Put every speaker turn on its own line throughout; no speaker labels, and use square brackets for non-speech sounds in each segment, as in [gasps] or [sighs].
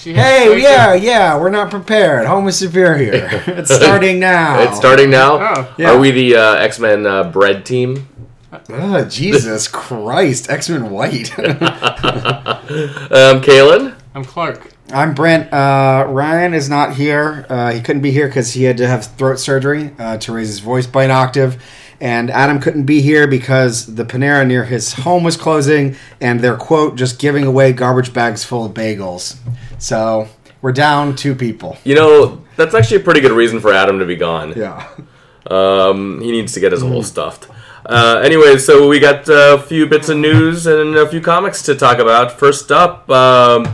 She has
Hey,
like
yeah, yeah, we're not prepared. Home is superior. [laughs] it's starting now.
It's starting now.
Oh.
Yeah.
Are we the uh, X Men uh, bread team?
Ugh, Ah, Jesus Christ, X Men White. [laughs]
Um, Kalen.
a- I'm Clark.
I'm Brent. Uh, Ryan is not here. Uh, he couldn't be here because he had to have throat surgery uh, to raise his voice by an octave. And Adam couldn't be here because the Panera near his home was closing and they're, quote, just giving away garbage bags full of bagels. So we're down two people.
You know that's actually a pretty good reason for Adam to be gone.
Yeah. Mm.
Um, he needs to get his hole stuffed. Uh, anyway, so we got uh, a few bits of news and a few comics to talk about. First up, um,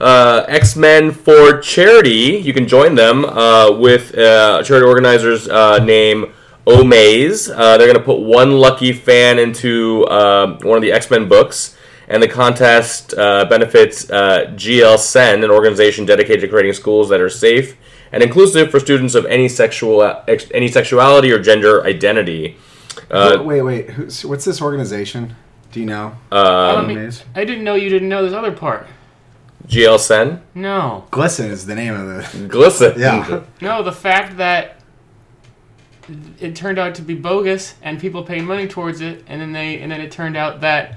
uh, X Men for Charity. You can join them uh, with uh, a charity organizer's uh, name Omaze. Uh, they're going to put one lucky fan into um one of the X Men books. And the contest uh, benefits uh, GL Sen, an organization dedicated to creating schools that are safe and inclusive for students of any sexual ex- any sexuality or gender identity. Uh,
wait, wait. Who's, what's this organization? Do you know?
I,
um,
don't
Amaze.
think- I didn't know you didn't know this other part.
GL Sen,
No,
Glisten is the name of the.
glisten.
Yeah.
no, the fact that it turned out to be bogus and people paid money towards it, and then they and then it turned out that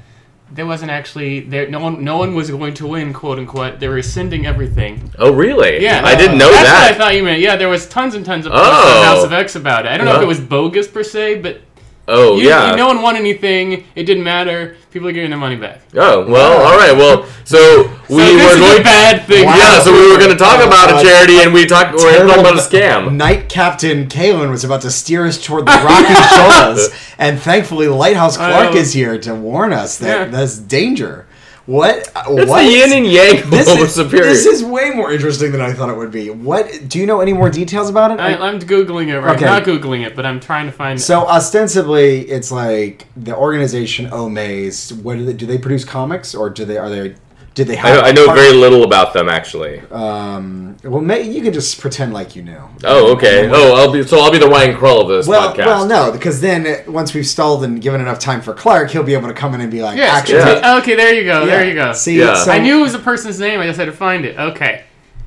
there wasn't actually there. No one, no one was going to win, quote unquote. They're rescinding everything.
Oh, really?
Yeah,
I didn't know
That's
that.
what I thought you meant. Yeah, there was tons and tons of posts
Oh.
on House of X about it. I don't know if
Yeah.
it was bogus per se, but
Oh,
you,
yeah.
you- no one won anything. It didn't matter. People are getting their money back.
oh, well, all right. Well, so
So
we
this
were
is
going.
a bad thing.
Wow.
Yeah, so we were going to talk
Oh,
about
God.
a charity, and we talked. We were talking
Terrible-
about a
[laughs]
scam.
Night Captain Kalen was about to steer us toward the
[laughs]
rocky shoals, and thankfully Lighthouse
I
Clark
know.
is here to warn us that
Yeah.
there's danger. What?
It's
what?
the yin and yang
this,
of
is,
superior.
this is way more interesting than I thought it would be. What? Do you know any more details about it?
I, I'm googling it. Right?
Okay.
I'm not googling it, but I'm trying to find.
so ostensibly, it's like the organization Omaze. What do they? Do they produce comics, or do they? Are they? Did they have?
I, I know very little about them actually.
Um, well, may, you can just pretend like you knew.
Oh, okay. Oh, I'll be so I'll be the Ryan Krull of this
Well,
podcast.
well, no, because then uh, once we've stalled and given enough time for Clark, he'll be able to come in and be like,
Yes,
actually,
yeah.
Okay, there you go. Oh, There you go.
See,
Yeah.
so,
I knew it was the person's name. I just had to find it. Okay.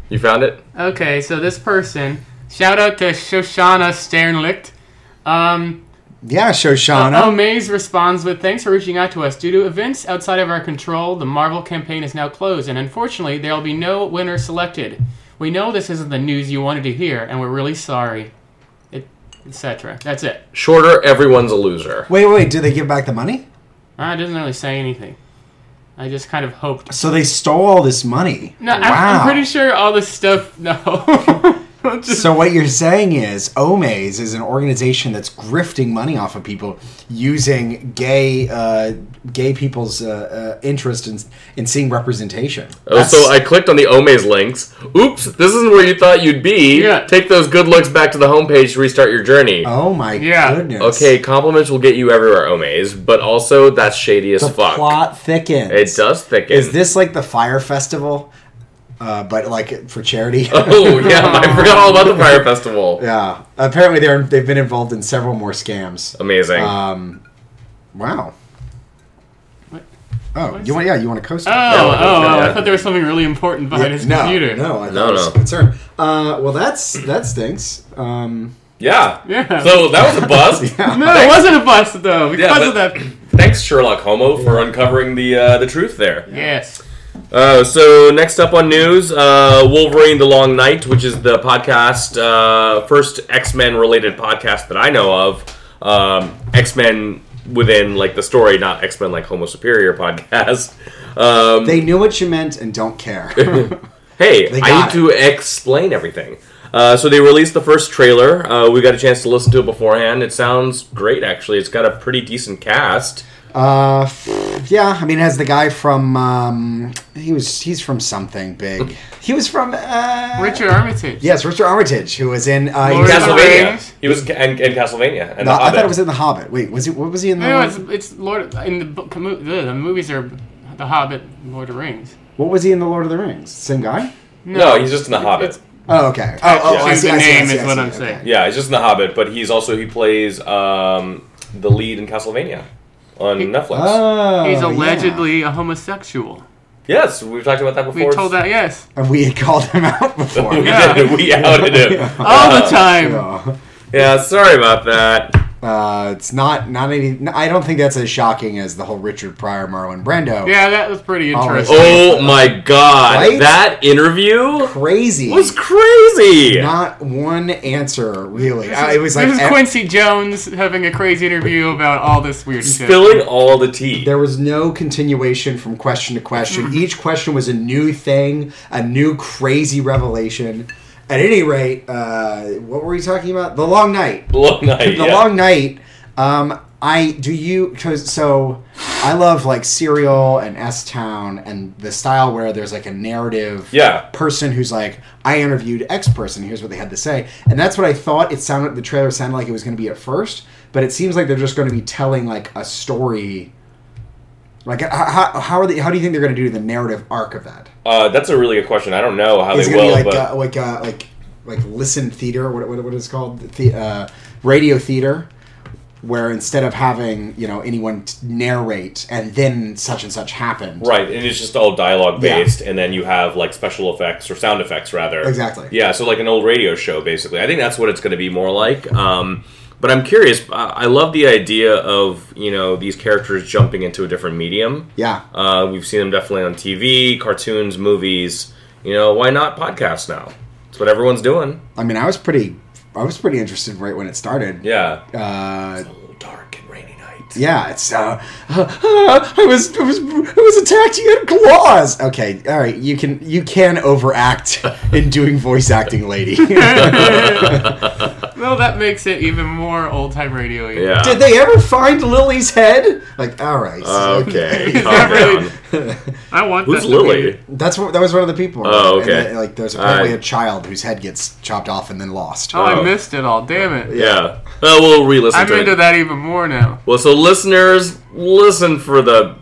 You found it?
Okay. So this person. Shout out to Shoshana Sternlicht. Um,
Yeah, Shoshana.
Omaze responds with thanks for reaching out to us. Due to events outside of our control, the Marvel campaign is now closed, and unfortunately, there will be no winner selected. We know this isn't the news you wanted to hear, and we're really sorry. It- Etc. That's it.
Shorter, everyone's a loser.
wait, wait, did they give back the money?
Uh, it doesn't really say anything. I just kind of hoped.
So they stole all this money.
No, I, I'm pretty sure all this stuff. No. [laughs] Just-
So what you're saying is Omaze is an organization that's grifting money off of people using gay uh, gay people's uh, uh, interest in, in seeing representation.
Oh, so I clicked on the Omaze links. Oops, this isn't where you thought you'd be.
Yeah.
Take those good looks back to the homepage to restart your journey.
oh my
Yeah.
goodness.
okay, compliments will get you everywhere, Omaze, but also that's shady as
The
fuck.
plot thickens.
It does thicken.
Is this like the fire festival, uh, but like for charity?
[laughs]
[laughs]
Oh yeah, I forgot all about the Fire Festival.
yeah. Apparently, they're they've been involved in several more scams.
Amazing.
Um, wow.
What?
Oh,
What is
you want? Yeah, you want to coast?
Oh, oh, oh, I thought there was something really important behind his
no,
computer.
no, I
No,
no, was
no.
concerned. Uh, well, that's that stinks. Um,
yeah.
Yeah.
So that was a
[laughs]
bust.
yeah.
No, it wasn't a bust though,
Yeah,
because
but-
of that. [clears throat]
Thanks, Sherlock Homo, for uncovering the uh, the truth there.
Yes.
Uh, so next up on news, uh, Wolverine: The Long Night, which is the podcast uh, first X Men related podcast that I know of. Um, X Men within like the story, not X Men like Homo Superior podcast. [laughs] Um,
They knew what you meant and don't
[laughs]
care.
hey,
They
I
got
need to explain everything. Uh, so they released the first trailer. Uh, we got a chance to listen to it beforehand. It sounds great, actually. It's got a pretty decent cast.
uh, f- yeah, I mean, it has the guy from um, he was he's from something big. He was from uh,
Richard Armitage.
Yes, Richard Armitage, who was in. Uh, he
Lord
was in-
of the
Castlevania.
Rings?
He was in, in Castlevania. And
No,
the
I thought
Hobbit.
it was in The Hobbit. Wait, was he? What was he in the?
No, it's it's Lord in the book, mo- the, the movies are The Hobbit, Lord of the Rings.
what was he in the Lord of the Rings? Same guy?
No, he's just in the Hobbit.
It's-
Oh, okay. Oh, oh, I
Choose
see.
the
I see, I
name
see,
is
I
what
see,
I'm
okay.
saying.
Yeah, he's just in The Hobbit, but he's also he plays um, the lead in Castlevania on Netflix.
Oh,
He's
yeah.
allegedly a homosexual.
Yes, we've talked about that before.
We told that, yes.
And we had called him out before.
[laughs]
[laughs]
we
Yeah.
did. We outed him.
[laughs]
All the
Uh,
time.
Oh, Yeah.
Yeah, sorry about that.
Uh, it's not not any. no, I don't think that's as shocking as the whole Richard Pryor Marlon Brando.
Yeah, that was pretty
Oh,
interesting.
Oh my god,
Right?
that interview
crazy.
was crazy.
not one answer really. I, it was like eh.
this is
ev-
Quincy Jones having a crazy interview about all this weird shit.
Spilling all the tea.
there was no continuation from question to question. Each question was a new thing, a new crazy revelation. At any rate, uh, what were we talking about? The long night.
Long night.
the
yeah.
long night um i do you cause, so i love like serial and s town and the style where there's like a narrative
Yeah.
person who's like i interviewed x person here's what they had to say and that's what i thought it sounded the trailer sounded like it was going to be at first but it seems like they're just going to be telling like a story like h- how, how are they how do you think they're going to do the narrative arc of that
Uh, that's a really good question. I don't know how
it's
they
gonna
will,
be like
but
uh, like uh, like like listen theater. What what, what is it called the uh, radio theater, where instead of having you know anyone t- narrate and then such and such happened.
right, and it's just all dialogue
Yeah.
based, and then you have like special effects or sound effects rather.
Exactly.
Yeah, so like an old radio show, basically. I think that's what it's going to be more like. Um, but I'm curious. uh, I I love the idea of you know these characters jumping into a different medium.
Yeah.
Uh, we've seen them definitely on TV, cartoons, movies. You know, why not podcasts now? It's what everyone's doing.
I mean, I was pretty I was pretty interested right when it started.
Yeah.
Uh,
A little dark and rainy night.
yeah, it's uh, [laughs] I was I was I was attacked. You had claws. Okay, all right. You can you can overact [laughs] in doing voice acting,
[laughs]
lady. [laughs]
Well, that makes it even more old time radio
Yeah.
Did they ever find Lily's head? Like, all right.
Uh, Okay.
Is
calm
that really-
down.
I want
Who's
that to be-
Lily?
[laughs] That's what that was one of the people.
Oh,
And
okay.
then, like there's apparently
Alright.
a child whose head gets chopped off and then lost.
Oh,
Oh.
I missed it all. Damn it.
Yeah. Uh, we'll re-listen
I'm
to
into
it.
that even more now.
Well, so listeners, listen for the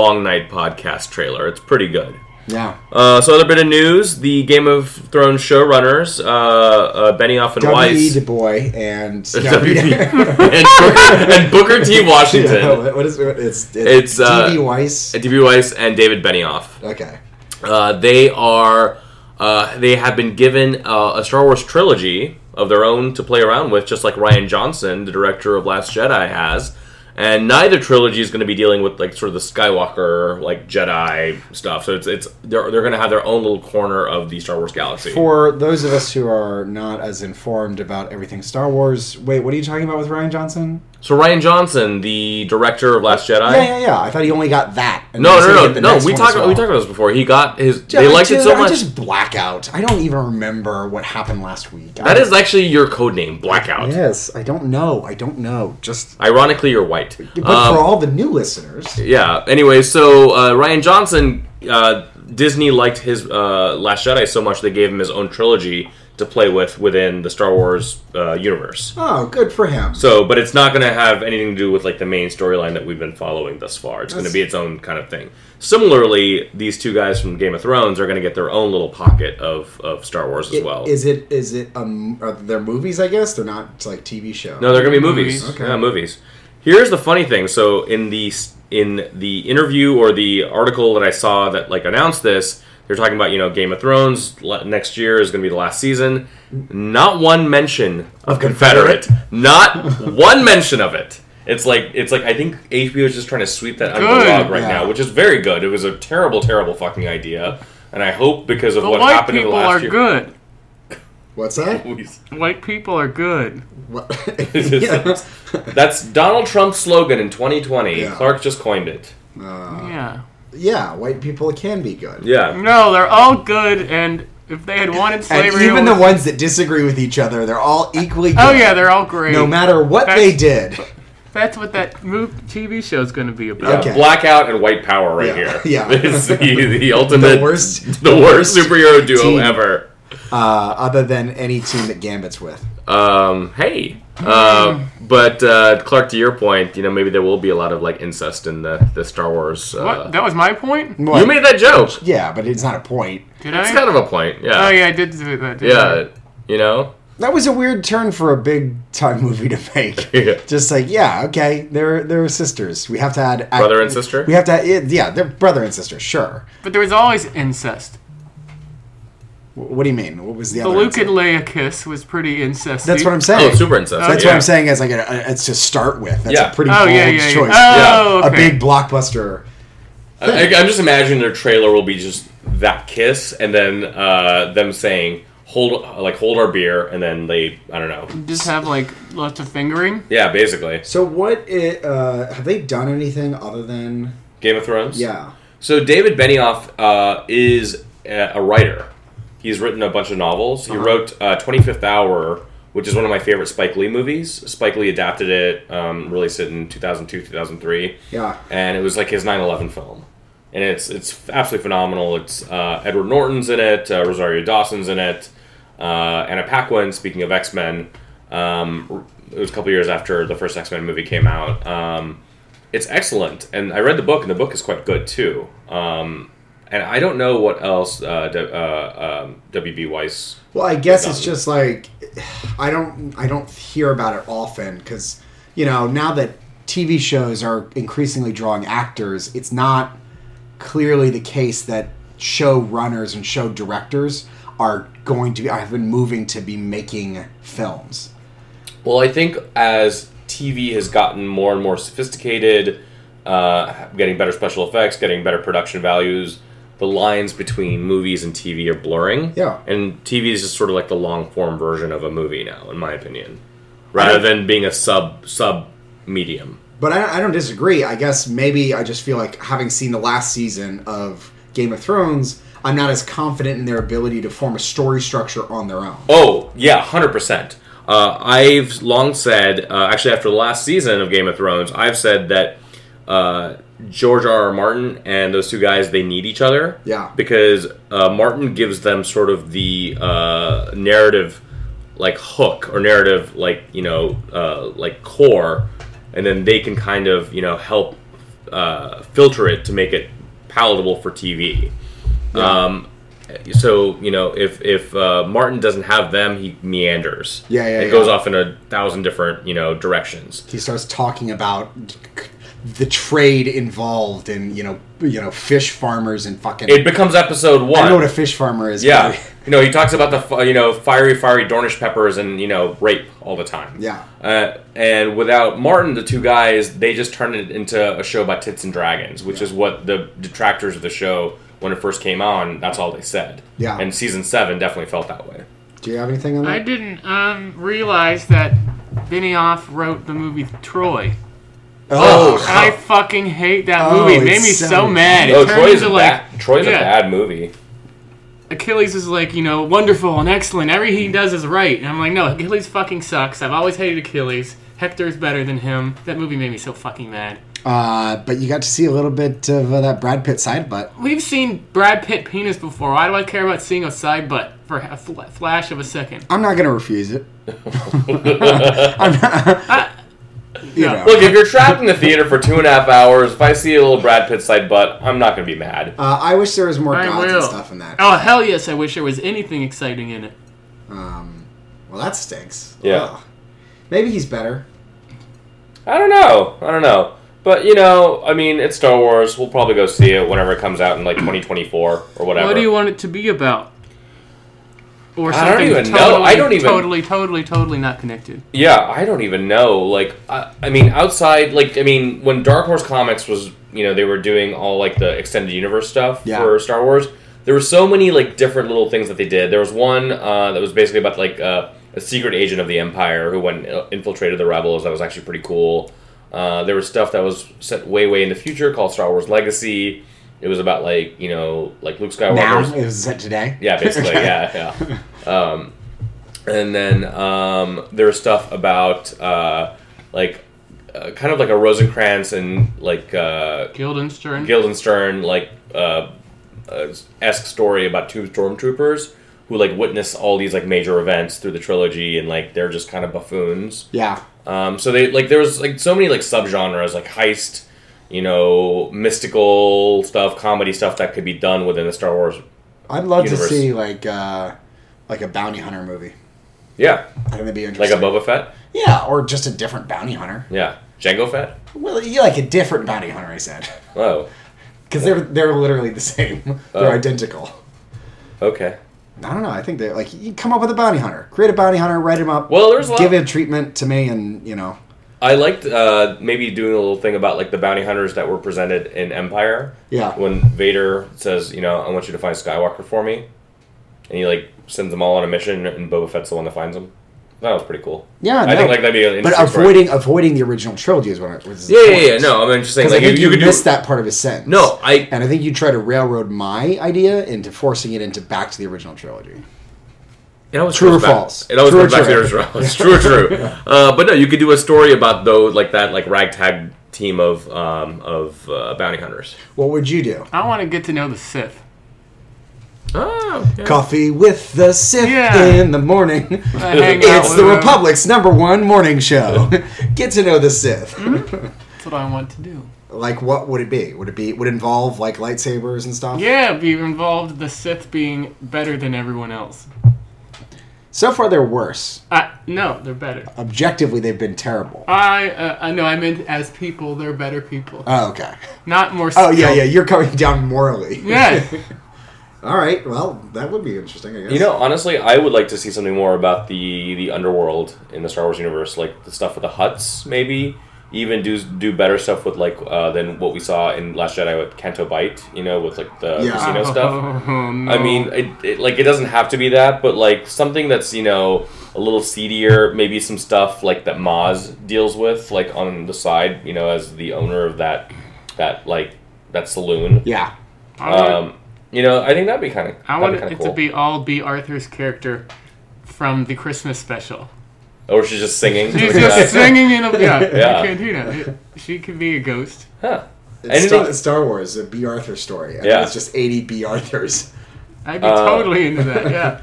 Long Night podcast trailer. It's pretty good.
yeah.
Uh, so, other bit of news: the Game of Thrones showrunners, uh, uh, Benioff and
W. E
Weiss,
Du Bois and
[laughs] W. E.
Yeah.
and, Booker, and Booker T. [laughs] Washington,
what is it? It's, it's,
It's, uh,
D.B. Weiss.
D. B. Weiss, and David Benioff.
okay.
Uh, they are uh, they have been given uh, a Star Wars trilogy of their own to play around with, just like Ryan Johnson, the director of Last Jedi, has. And neither trilogy is going to be dealing with like sort of the Skywalker like Jedi stuff. So it's it's they're they're going to have their own little corner of the Star Wars galaxy.
For those of us who are not as informed about everything Star Wars, wait, what are you talking about with Ryan Johnson?
So Ryan Johnson, the director of Last Jedi.
yeah, yeah, yeah. I thought he only got that. And
No,
he's gonna
no,
get
no,
the
no.
next
We
one
talked
as well.
we talked about this before. He got his. they
Yeah,
liked it
dude,
so
I
much.
just black out. I don't even remember what happened last week.
That is actually your code name, Blackout.
Yes, I don't know. I don't know. Just
Ironically, you're white.
But
Um,
for all the new listeners,
Yeah. Anyway, so uh, Ryan Johnson, uh, Disney liked his uh, Last Jedi so much they gave him his own trilogy to play with within the Star Wars uh, universe.
oh, good for him.
So, but it's not going to have anything to do with like the main storyline that we've been following thus far. It's going to be its own kind of thing. Similarly, these two guys from Game of Thrones are going to get their own little pocket of, of Star Wars as
It-
well.
is it is it um are there movies? I guess they're not like TV shows.
No, they're gonna be movies.
Movies.
Okay.
Yeah, movies. Here's the funny thing. So in the in the interview or the article that I saw that like announced this, they're talking about you know Game of Thrones le- next year is gonna be the last season. Not one mention of Confederate. Not [laughs] one mention of it. It's like it's like I think HBO is just trying to sweep that under the
Good.
rug right
Yeah.
now, which is very good. It was a terrible, terrible fucking idea, and I hope because of
The
what
white
happened in the
people
last
are
year.
good.
What's
[laughs]
that?
White people are good.
What?
just- That's Donald Trump's slogan in 2020.
Yeah.
Clark just coined it.
Uh,
Yeah.
[laughs] yeah, white people can be good.
Yeah. Uh,
No, they're all good, and if they had wanted
And
slavery, it
even the
was-
ones that disagree with each other, they're all equally good.
oh yeah, they're all great.
no matter what
That's-
they did.
That's what that move TV show is going to be
Yeah,
about.
Okay.
Blackout and White Power right
Yeah.
here.
Yeah.
[laughs]
[laughs]
It's the, [laughs] the ultimate,
The worst-
[laughs]
[laughs]
the worst superhero duo
team.
ever.
Uh, other than any team that Gambit's with.
Um, hey. Uh,
Mm-hmm.
but uh, Clark, to your point, you know maybe there will be a lot of like incest in the the Star Wars.
What?
Uh,
That was my point.
What?
you made that joke.
yeah, but it's not a point.
Did
It's
I?
kind of a point. Yeah.
Oh yeah, I did do that. Did
yeah. You know.
that was a weird turn for a big time movie to make.
[laughs] Yeah.
Just like, yeah, okay, they're they're sisters. We have to add act-
Brother and sister?
We have to, add, yeah, they're brother and sister. Sure.
But there was always incest.
W- What do you mean? What was the,
The
other?
Luke
answer?
and Leia kiss was pretty incesty.
That's what I'm saying.
Oh, super incest.
That's
yeah.
what I'm saying. Is like a, a, it's to start with. That's
Yeah.
a pretty
Oh
bold
yeah, yeah, yeah.
choice.
Oh, okay.
A big blockbuster.
I, I- I'm just imagining their trailer will be just that kiss, and then uh, them saying hold like hold our beer, and then they I don't know.
Just have like lots of fingering.
Yeah, basically
So what? It, uh, have they done anything other than
Game of Thrones.
yeah?
So David Benioff uh, is a a writer. He's written a bunch of novels. He wrote uh, 25th Hour, which is one of my favorite Spike Lee movies. Spike Lee adapted it, um, released it in 2002, 2003.
Yeah.
and it was like his 9/11 film, and it's it's absolutely phenomenal. It's uh, Edward Norton's in it, uh, Rosario Dawson's in it, uh, Anna Paquin. Speaking of X Men, um, it was a couple years after the first X Men movie came out. Um, it's excellent, and I read the book, and the book is quite good too. Um, and I don't know what else uh, D- uh, um, W.B. Weiss.
Well, I guess it's
Done.
just like I don't I don't hear about it often because you know now that TV shows are increasingly drawing actors, it's not clearly the case that show runners and show directors are going to be have been moving to be making films.
Well, I think as TV has gotten more and more sophisticated, uh, getting better special effects, getting better production values, the lines between movies and TV are blurring.
Yeah.
And TV is just sort of like the long form version of a movie now, in my opinion, rather than being a sub sub medium.
But I, I don't disagree. I guess maybe I just feel like having seen the last season of Game of Thrones, I'm not as confident in their ability to form a story structure on their own.
Oh yeah, hundred percent. Uh, I've long said, uh, actually, after the last season of Game of Thrones, I've said that uh, George R. R. Martin and those two guys they need each other.
Yeah.
because uh, Martin gives them sort of the uh, narrative like hook or narrative like you know uh, like core, and then they can kind of you know help uh, filter it to make it palatable for TV. Um, so you know if if uh, Martin doesn't have them, he meanders.
Yeah, yeah,
It
yeah.
goes off in a thousand different you know directions.
he starts talking about the trade involved in you know you know fish farmers and fucking
It becomes episode one.
I know what a fish farmer is.
yeah,
but-
you know he talks about the fi- you know fiery fiery Dornish peppers and you know rape all the time.
Yeah.
Uh, and without Martin, the two guys they just turned it into a show about tits and dragons, which is what the detractors of the show when it first came on. That's all they said.
Yeah.
And season seven definitely felt that way.
Do you have anything on
I
that?
didn't um, realize that Benioff wrote the movie Troy.
Oh,
I fucking hate that
Oh,
movie. It made
it's
me
so
so,
bad.
mad. It
Oh,
turned
Troy's a,
into like
bad, Troy's a
yeah.
bad movie.
Achilles is like, you know, wonderful and excellent. Everything he does is right. And I'm like, no, Achilles fucking sucks. I've always hated Achilles. Hector's better than him. That movie made me so fucking mad.
Oh.
Uh, but you got to see a little bit of uh, that Brad Pitt side butt.
We've seen Brad Pitt penis before. Why do I care about seeing a side butt for a fl- flash of a second?
I'm not gonna refuse
[laughs]
it. I'm not, you
Yeah.
know.
Look, if you're trapped in the theater for two and a half hours, if I see a little Brad Pitt side butt, I'm not gonna be mad.
Uh, I wish there was more
I
gods
will.
and stuff in that.
Oh hell yes! I wish there was anything exciting in it.
Um, well, that stinks.
Yeah.
Ugh. Maybe he's better.
I don't know. I don't know. But you know, I mean, it's Star Wars. We'll probably go see it whenever it comes out in like 2024 or whatever.
What do you want it to be about? Or
I don't even know. I don't even-
totally, totally, totally not connected.
Yeah, I don't even know. Like, I, I mean, outside, like, I mean, when Dark Horse Comics was, you know, they were doing all like the extended universe stuff
Yeah.
for Star Wars. There were so many like different little things that they did. There was one uh, that was basically about like uh, a secret agent of the Empire who went and infiltrated the rebels. That was actually pretty cool. Uh, there was stuff that was set way, way in the future called Star Wars Legacy. It was about like you know, like Luke
Now
Skywalker's
it [laughs] was set today.
yeah, basically. yeah, yeah. Um, and then um, there was stuff about uh, like uh, kind of like a Rosencrantz and like uh,
Guildenstern.
Guildenstern like uh, uh, esque story about two stormtroopers who like witness all these like major events through the trilogy and like they're just kind of buffoons.
[laughs] Yeah.
Um, so they like there was like so many like subgenres like heist, you know, mystical stuff, comedy stuff that could be done within the Star Wars
I'd love
universe.
to see like uh, like a bounty hunter movie.
Yeah,
I think that'd be
like a
interesting.
Boba Fett.
yeah, or just a different bounty hunter.
Yeah, Jango Fett.
Well, you like a different bounty hunter, I said, [laughs]
Oh,
because they're they're literally the [laughs] same. They're
Oh.
identical.
okay.
I don't know. I think they're like you come up with a bounty hunter, create a bounty hunter, write him up.
Well, there's a lot-
give him treatment to me, and you know,
I liked uh, maybe doing a little thing about like the bounty hunters that were presented in Empire.
Yeah.
When Vader says, you know, I want you to find Skywalker for me, and he like sends them all on a mission, and Boba Fett's the one that finds them. That was pretty cool.
Yeah,
I
no.
think like that'd be an
but
interesting. story.
avoiding avoiding the original trilogy is what it was.
Yeah, yeah, yeah. No, I'm just saying
Because
like
I think
you,
you,
you could do.
missed that part of his sentence.
No, I
and I think you try to railroad my idea into forcing it into back to the original trilogy.
It always
True
comes
or
back-
false?
It always
True or
comes back to
true?
the
[laughs]
original. It's true or true. Uh, but no, you could do a story about though like that like ragtag team of um, of uh, bounty hunters.
What would you do?
I want to get to know the
[laughs]
Sith.
Oh, okay.
Coffee with the Sith
Yeah.
in
[laughs]
the morning.
hang out
It's
with
the
them.
Republic's number one morning show. [laughs] Get to know the Sith.
That's what I want to do.
Like, what would it be? Would it be would it involve like lightsabers and stuff?
Yeah, be involved the Sith being better than everyone else.
So far, they're worse.
Uh, no, they're better.
Objectively, they've been terrible.
I uh, I know I meant as people, they're better people,
Oh, okay.
not more.
Oh yeah,
skilled.
yeah. You're coming down morally.
[laughs]
yeah.
[laughs] All right. Well, that would be interesting. I guess.
You know, honestly, I would like to see something more about the the underworld in the Star Wars universe, like the stuff with the huts, maybe. Even do do better stuff with like uh, than what we saw in Last Jedi with Canto Bite, you know, with like the
Yeah.
casino [laughs] stuff.
Oh, no.
I mean, it, it, like it doesn't have to be that, but like something that's you know a little seedier, maybe some stuff like that Maz deals with, like on the side, you know, as the owner of that that like that saloon.
Yeah.
I want,
Um, you know, I think that'd be kind of.
I want
kind
it
of cool.
to be all B. Arthur's character from the Christmas special.
Or she's just singing.
She's
something like
just
that.
singing in a yeah.
Yeah.
You can't do that. It- she could be a ghost.
Huh.
It's Star,
Anything-
Star Wars, a B. Arthur story. And
Yeah.
It's just 80 B. Arthurs.
I'd be
Uh,
totally into that. Yeah.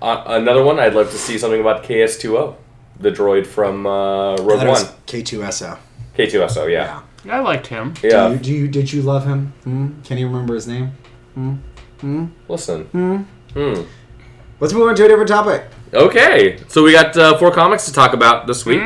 Uh, another one, I'd love to see something about KS2O, the droid from uh,
I thought
Rogue
it was
One.
K2SO.
K2SO, yeah.
I liked him.
Yeah.
Do you, do you, did you love him? Hmm? Can you remember his name?
Listen. Hmm.
Let's move on to a different topic.
Okay, so we got uh, four comics to talk about this week,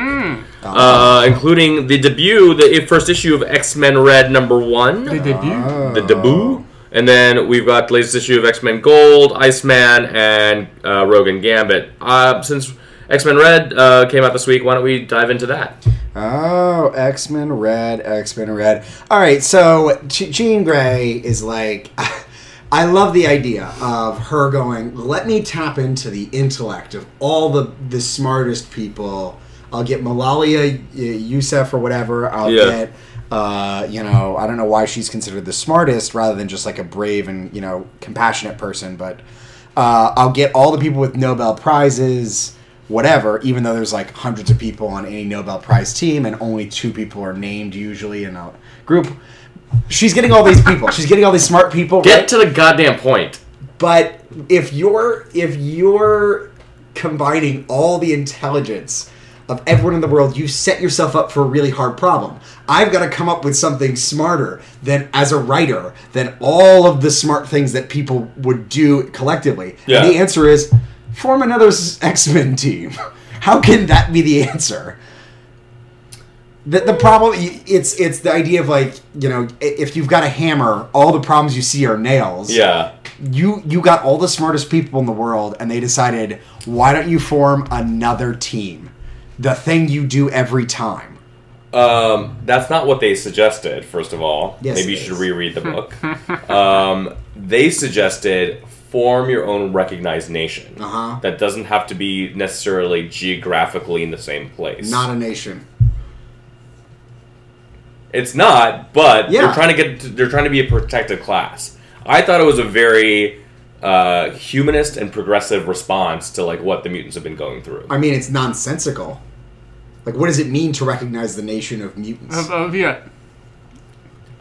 uh, including the debut, the first issue of X Men Red number one,
The debut.
Uh,
the debut, and then we've got the latest issue of X Men Gold, Iceman, and uh, Rogue and Gambit. Uh, since X Men Red uh, came out this week, why don't we dive into that?
Oh, X Men Red, X Men Red. All right, so Je- Jean Grey is like, [laughs] I love the idea of her going. Let me tap into the intellect of all the the smartest people. I'll get Malalia Y- Youssef or whatever. I'll
Yeah.
get. Uh, you know, I don't know why she's considered the smartest rather than just like a brave and you know compassionate person, but uh, I'll get all the people with Nobel prizes, whatever, even though there's like hundreds of people on any Nobel Prize team and only two people are named usually in a group. She's getting all these people. She's getting all these smart people.
Get
right?
to the goddamn point.
But if you're if you're combining all the intelligence of everyone in the world, you set yourself up for a really hard problem. I've got to come up with something smarter than as a writer than all of the smart things that people would do collectively.
Yeah.
And the answer is form another X Men team. [laughs] How can that be the answer? The, the problem it's it's the idea of like you know i- if you've got a hammer all the problems you see are nails
Yeah.
you you got all the smartest people in the world and they decided why don't you form another team the thing you do every time
Um, that's not what they suggested, first of all.
Yes,
Maybe you
it
should
is.
reread the book. um, they suggested form your own recognized nation.
Uh-huh.
That doesn't have to be necessarily geographically in the same place.
not a nation
it's not, but
Yeah.
they're trying to get they're trying to be a protected class. I thought it was a very uh, humanist and progressive response to like what the mutants have been going through.
i mean it's nonsensical like what does it mean to recognize the nation of mutants
Of, of yeah.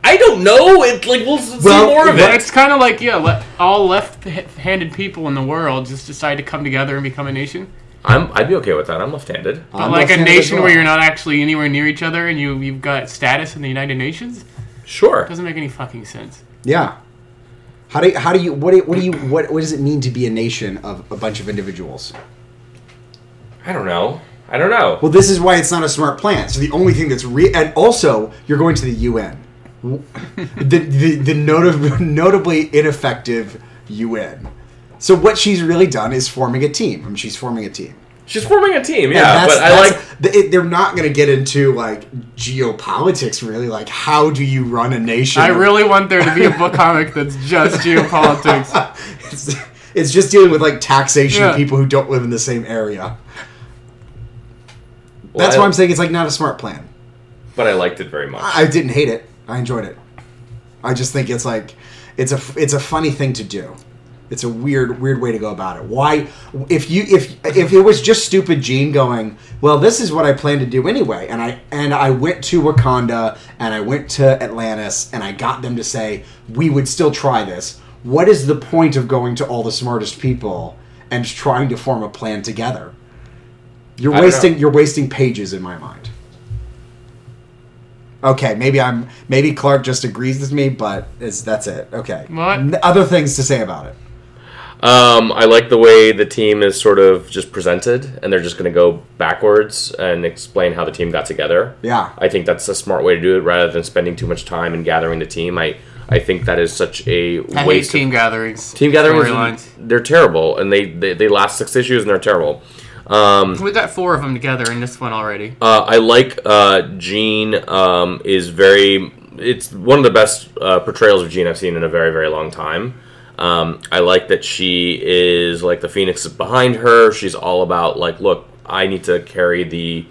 I don't know. It's like we'll s-
Well,
see more of
But
it.
it's kind of like yeah, let, all left-handed people in the world just decide to come together and become a nation.
I'm, I'd be okay with that. I'm left-handed.
But
I'm
like a
left-handed as
nation
well.
where you're not actually anywhere near each other and you you've got status in the United Nations
Sure.
doesn't make any fucking sense.
yeah how do you, how do you what do you, what do you what, what does it mean to be a nation of a bunch of individuals
I don't know. I don't know.
Well, this is why it's not a smart plan. So the only thing that's re and also you're going to the UN, [laughs] the the, the notab- [laughs] notably ineffective UN. So what she's really done is forming a team. I mean, she's forming a team.
She's forming a team,
And
yeah.
that's-
But I
that's-
like
the- it- they're not going to get into like geopolitics really. Like how do you run a nation?
I really want there to be a book comic that's just geopolitics.
[laughs] it's, it's just dealing with like taxation of
Yeah.
people who don't live in the same area.
well,
That's
I-
why I'm Uh, saying it's like not a smart plan.
But I liked it very much.
I didn't hate it. I enjoyed it. I just think it's like it's a it's a funny thing to do. It's a weird weird way to go about it. Why if you if if it was just stupid Gene going, well this is what I plan to do anyway and I and I went to Wakanda and I went to Atlantis and I got them to say we would still try this. What is the point of going to all the smartest people and trying to form a plan together? You're
I don't know.
wasting you're wasting pages in my mind. Okay, maybe I'm maybe Clark just agrees with me, but it's, that's it. Okay.
What?
N- other things to say about it?
Um, I like the way the team is sort of just presented, and they're just going to go backwards and explain how the team got together.
Yeah.
I think that's a smart way to do it, rather than spending too much time in gathering the team. I I think that is such a
I hate
waste. of-
team gatherings.
team gatherings,
storylines.
they're terrible, and they, they they last six issues, and they're terrible. Um,
We got four of them together in this one already.
Uh, I like uh, Gene um, is very. It's one of the best uh, portrayals of Gene I've seen in a very very long time. Um, I like that she is like the phoenix is behind her. She's all about like, look, I need to carry the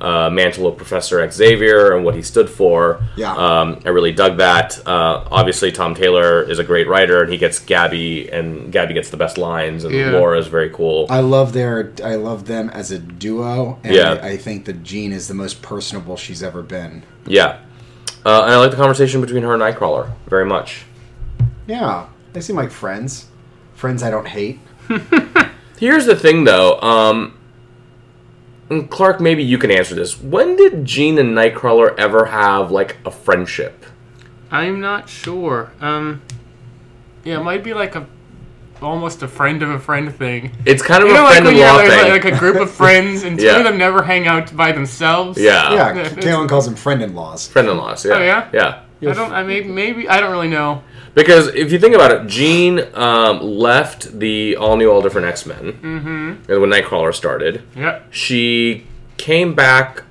uh, mantle of Professor Xavier and what he stood for.
Yeah.
um, I really dug that. Uh, obviously, Tom Taylor is a great writer, and he gets Gabby, and Gabby gets the best lines, and
Yeah.
Laura is very cool.
I love their I love them as a duo, and
Yeah.
I, I think that Jean is the most personable she's ever been.
yeah, uh, and I like the conversation between her and Nightcrawler very much.
Yeah, they seem like friends. Friends I don't hate.
Here's the thing, though. Um, and Clark, maybe you can answer this. When did Jean and Nightcrawler ever have like a friendship?
I'm not sure. Um, yeah, it might be like a almost a friend of a friend thing.
It's kind of
You know,
a
like
friend
when
in
you
law
have
thing.
like, like a
[laughs]
group of friends and two
Yeah.
of them never hang out by themselves.
yeah.
yeah,
yeah,
K- Kalen calls them friend in laws.
friend in laws. Yeah.
Oh, yeah?
yeah.
I don't. I maybe maybe I don't really know.
Because if you think about it, Jean um, left the all new, all different X Men mm-hmm. when Nightcrawler started.
Yeah.
She came back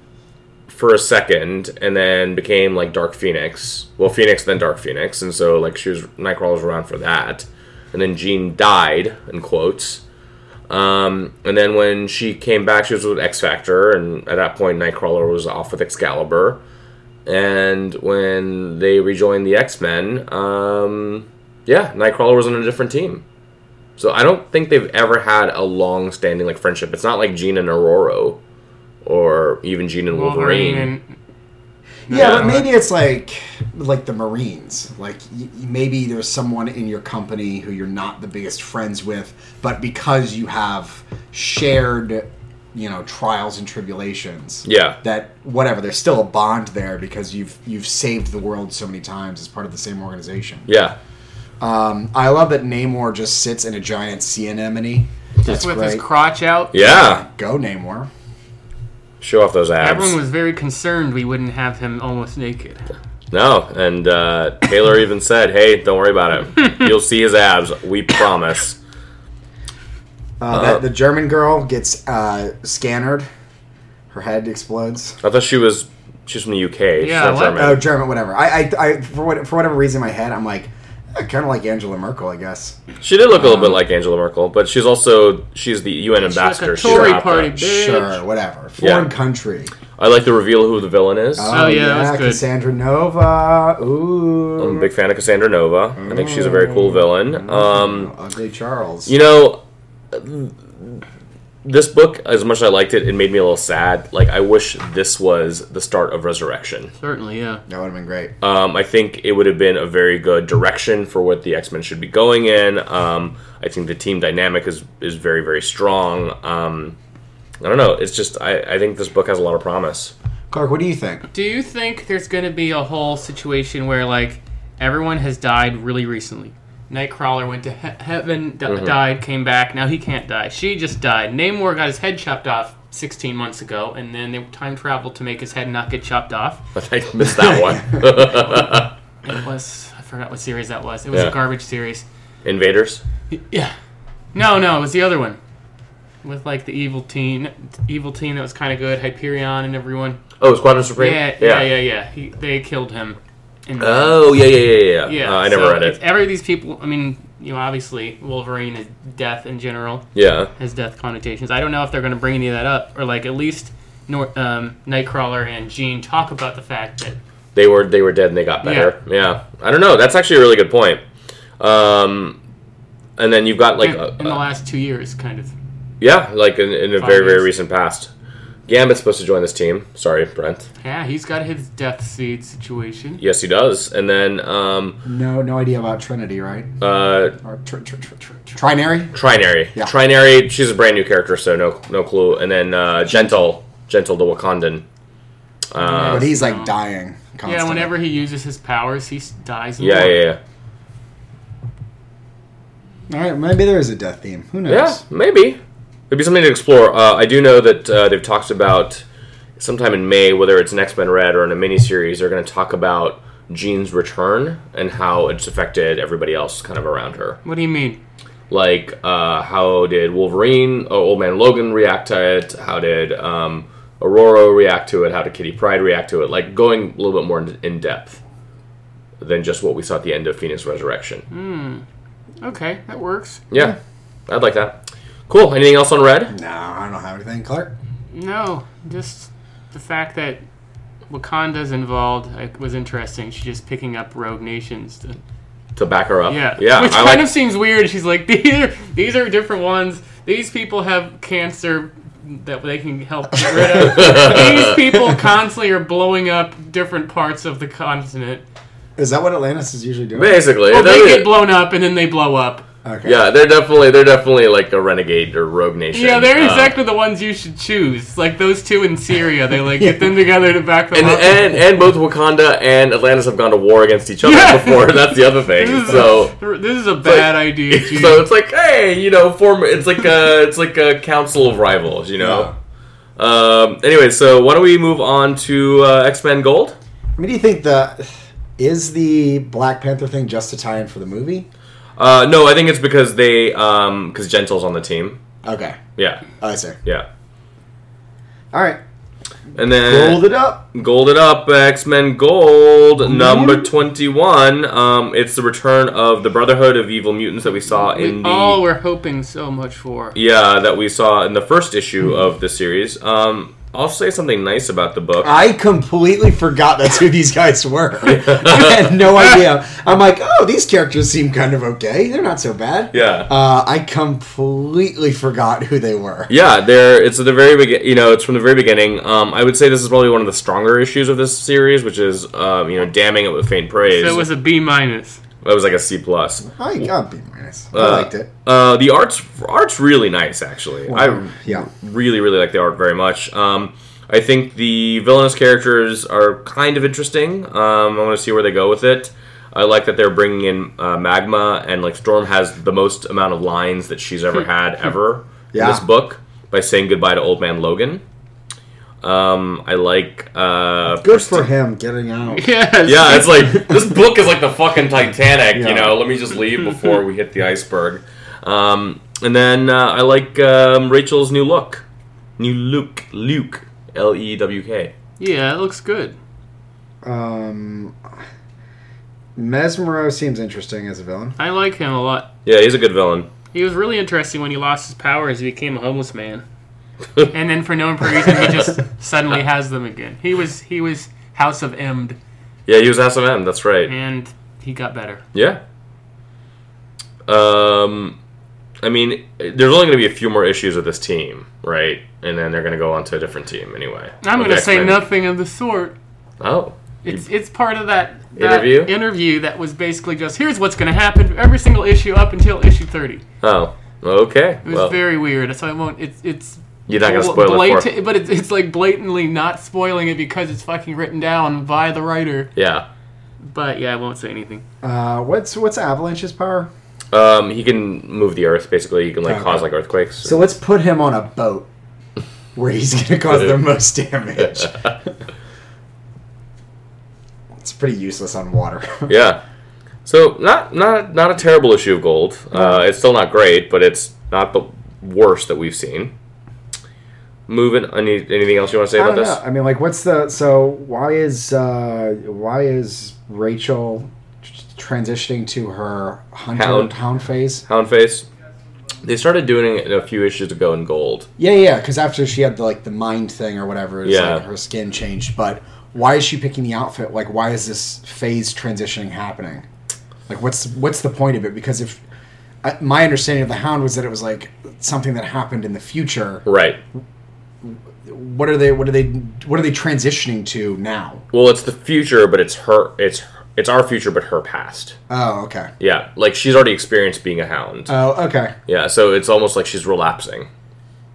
for a second and then became like Dark Phoenix. Well, Phoenix then Dark Phoenix, and so like she was Nightcrawler was around for that, and then Jean died in quotes. Um, and then when she came back, she was with X Factor, and at that point, Nightcrawler was off with Excalibur. And when they rejoined the X Men, um, yeah, Nightcrawler was on a different team. So I don't think they've ever had a long-standing like friendship. It's not like Jean and Aurora, or even Jean and
Wolverine
Wolverine.
and
Yeah,
Yeah.
but maybe it's like like the Marines. Like y- y- maybe there's someone in your company who you're not the biggest friends with, but because you have shared, you know, trials and tribulations.
Yeah.
That whatever, there's still a bond there because you've you've saved the world so many times as part of the same organization.
yeah,
I love that Namor just sits in a giant sea anemone. That's
just with
great.
his crotch out.
yeah.
Go Namor.
Show off those abs.
Everyone was very concerned we wouldn't have him almost naked.
no, and uh, Taylor even said, "Hey, don't worry about
[laughs]
it. You'll see his abs. We promise."
Uh, that, the German girl gets uh, scannered. Her head explodes.
I thought she was she's from the UK. She's
Yeah,
not
what?
German.
Oh, German, whatever. I, I, I for, what, for whatever reason in my head, I'm like, kind of like Angela Merkel, I guess.
She did look a little
um,
bit like Angela Merkel, but she's also she's the UN ambassador.
a Tory
not
party
the-
bitch.
Sure, whatever. Foreign country.
I like the reveal of who the villain is.
Uh-huh.
Oh, yeah, that was good.
Cassandra Nova. Ooh.
I'm a big fan of Cassandra Nova. I think she's a very cool villain. Um,
Ugly Charles.
you know, this book, as much as I liked it, it made me a little sad. Like I wish this was the start of Resurrection.
Certainly, yeah.
that would have been great.
Um, I think it would have been a very good direction for what the X Men should be going in. Um, I think the team dynamic is is very very strong. Um, I don't know. It's just I, I think this book has a lot of promise. [laughs]
Clark, what do you think?
Do you think there's going to be a whole situation where like everyone has died really recently? Nightcrawler went to he- heaven, d-
Mm-hmm.
died, came back. Now he can't die. She just died. Namor got his head chopped off 16 months ago, and then they time traveled to make his head not get chopped
[laughs]
off.
But I missed
[laughs]
that one.
It was I forgot what series that was. It was
Yeah.
a garbage series.
Invaders.
Yeah. No, no, it was the other one with like the evil teen, evil teen that was kind of good, Hyperion and everyone.
Oh, Squadron Supreme.
Yeah, yeah, yeah, yeah. He, they killed him. In the-
Oh, yeah, yeah, yeah, yeah.
Yeah,
Uh, I never
so
read
it's-
it.
Every these people, I mean, you know, obviously Wolverine is death in general,
Yeah.
has death connotations. I don't know if they're going to bring any of that up, or like at least Nor- um, Nightcrawler and Jean talk about the fact that
they were they were dead and they got better. Yeah, I don't know. That's actually a really good point. Um, and then you've got like uh,
in,
a,
in the last two years, kind of.
yeah, like in, in a
Five
very very
years.
recent past, Gambit's supposed to join this team. Sorry, Brent.
Yeah, he's got his death seed situation.
Yes, he does. And then um,
No, no idea about Trinity, right?
uh,
Or tr- tr- tr- tr- tr- Trinary?
Trinary.
Yeah.
Trinary. She's a brand new character, so no no clue. And then uh, Gentle, Gentle the Wakandan. Uh,
but he's like
No.
dying. Constantly.
Yeah, whenever he uses his powers, he s- dies. in
Yeah,
war.
yeah, yeah.
All right, maybe there is a death theme. Who knows?
Yeah, maybe. It'd be something to explore. Uh, I do know that uh, they've talked about sometime in May, whether it's an X Men Red or in a miniseries, they're going to talk about Jean's return and how it's affected everybody else kind of around her.
What do you mean?
Like, uh, how did Wolverine, or Old Man Logan react to it? How did um, Aurora react to it? How did Kitty Pride react to it? Like, going a little bit more in, in depth than just what we saw at the end of Phoenix Resurrection.
Mm-hmm. Okay, that works.
Yeah, I'd like that. Cool. Anything else on Red?
No, I don't have anything, Clark.
No, just the fact that Wakanda's involved like, was interesting. She's just picking up rogue nations. To,
to back her up.
yeah,
yeah.
Which
I
kind
like,
of seems weird. She's like, [laughs] these are these are different ones. These people have cancer that they can help get rid of. these
[laughs]
people constantly are blowing up different parts of the continent.
Is that what Atlantis is usually doing?
basically.
Well, they
they're-
get blown up and then they blow up.
Okay.
yeah, they're definitely they're definitely like a renegade or rogue nation.
Yeah, they're
Uh,
exactly the ones you should choose. Like those two in Syria, they
[laughs]
like get them together to back them
And,
up.
and and both Wakanda and Atlantis have gone to war against each other
Yeah.
before. [laughs] That's the other thing.
this, is
So
a, this is a bad idea. Gene.
so it's like hey, you know, form. It's like a it's like a council of rivals. You know. Um, anyway, so why don't we move on to uh, X Men Gold?
I mean, do you think the is the Black Panther thing just a tie-in for the movie?
Uh, no, I think it's because they because Gentle's on the team.
Okay,
Yeah,
I see.
yeah.
All right,
And then
rolled it up.
Gold it up, X Men Gold number twenty one. Um, it's the return of the Brotherhood of Evil Mutants that we saw in
we
the
all were hoping so much for.
yeah that we saw in the first issue of the series. Um, I'll say something nice about the book.
I completely forgot that's who these guys were. [laughs] I had no idea. I'm like, oh, these characters seem kind of okay. They're not so bad.
Yeah.
Uh, I completely forgot who they were.
Yeah, they're it's at the very begin. You know, it's from the very beginning. Um, I would say this is probably one of the stronger issues of this series, which is um, you know damning it with faint praise.
So it was a B minus. [laughs]
that was like a C plus.
I got B minus. I
Uh,
liked it.
Uh, the art's art's really nice actually. I
yeah.
really really like the art very much. Um, I think the villainous characters are kind of interesting. Um, I want to see where they go with it. I like that they're bringing in uh, Magma and like Storm has the most amount of lines that she's ever had ever in
Yeah.
this book by saying goodbye to Old Man Logan. Um, I like uh,
Good
Pristin-
for him getting out.
Yes.
yeah, it's like [laughs] this book is like the fucking Titanic. You
Yeah.
know, let me just leave before we hit the iceberg. Um, and then uh, I like um, Rachel's new look, new look, Luke, L E W K.
Yeah, it looks good.
Um, Mesmero seems interesting as a villain.
I like him a lot.
Yeah, he's a good villain.
He was really interesting when he lost his powers. He became a homeless
[laughs]
man, and then for no apparent reason, he just suddenly has them again. He was he was House of Emd,
Yeah, he was SMM. That's right.
and he got better.
Yeah. Um, I mean, there's only going to be a few more issues with this team, right? And then they're going to go on to a different team anyway.
I'm
Of
going to
the
say
X-Men.
nothing of the sort.
Oh,
It's it's part of that, that
Interview?
interview that was basically just here's what's going to happen every single issue up until issue 30. It
oh, okay.
was
Well,
very weird. So I won't. It's it's
you're not going to spoil it for.
blatant, but it's, it's like blatantly not spoiling it because it's fucking written down by the writer.
Yeah.
But yeah, I won't say anything.
Uh, what's what's Avalanche's power?
Um, he can move the earth. Basically, he can like
Oh, Okay.
cause like earthquakes.
So let's put him on a boat where he's going to cause the most damage. it's pretty useless on water.
[laughs]
[laughs]
yeah. So not not not a terrible issue of gold.
Oh.
Uh, it's still not great, but it's not the worst that we've seen. Moving. Any, anything else you want to say
I
about
don't
this?
know. I mean, like, what's the so? Why is uh, why is Rachel tr- transitioning to her hunter
Hound.
hound, phase?
Houndface. They started doing it a few issues ago in gold.
Yeah, yeah. Because after she had the, like the mind thing or whatever, it's
Yeah.
like her skin changed. But why is she picking the outfit? Like, why is this phase transitioning happening? Like, what's what's the point of it? Because if I, my understanding of the hound was that it was like something that happened in the future.
Right.
What are they? What are they? What are they transitioning to now?
Well, it's the future, but it's her. It's it's our future, but her past.
Oh, okay.
Yeah. Like she's already experienced being a hound.
Oh, okay.
yeah. So it's almost like she's relapsing.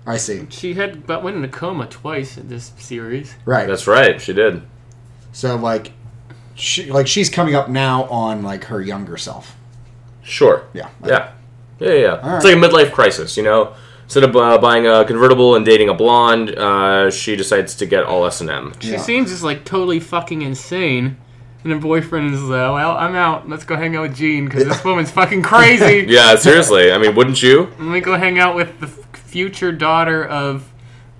I see.
She had but went in a coma twice in this series.
Right.
That's right. She did.
So like, she like she's coming up now on like her younger self.
Sure.
Yeah.
Yeah. Yeah, yeah. yeah.
All
It's like a midlife crisis, you know. Instead of uh, buying a convertible and dating a blonde, uh, she decides to get all S and M.
She
Yeah.
seems just like totally fucking insane. And her boyfriend is uh, well, I'm out. Let's go hang out with Jean because this woman's fucking crazy.
[laughs] Yeah, seriously. I mean, wouldn't you?
Let me go hang out with the f- future daughter of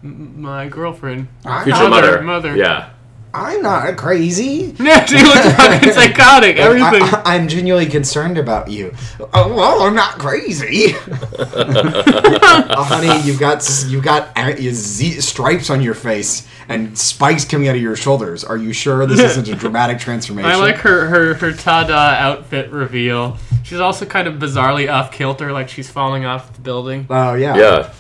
m- my girlfriend.
Uh.
Future
Mother,
mother.
mother.
Yeah.
I'm not crazy.
No, [laughs] she looks fucking psychotic. Everything.
[laughs] I, I, I'm genuinely concerned about you. Oh, well, I'm not crazy. Oh, honey, you've got s- you've got a- is z- stripes on your face and spikes coming out of your shoulders. Are you sure this isn't a dramatic transformation?
I like her her her Tada outfit reveal. She's also kind of bizarrely off kilter, like she's falling off the building.
Oh yeah,
Yeah.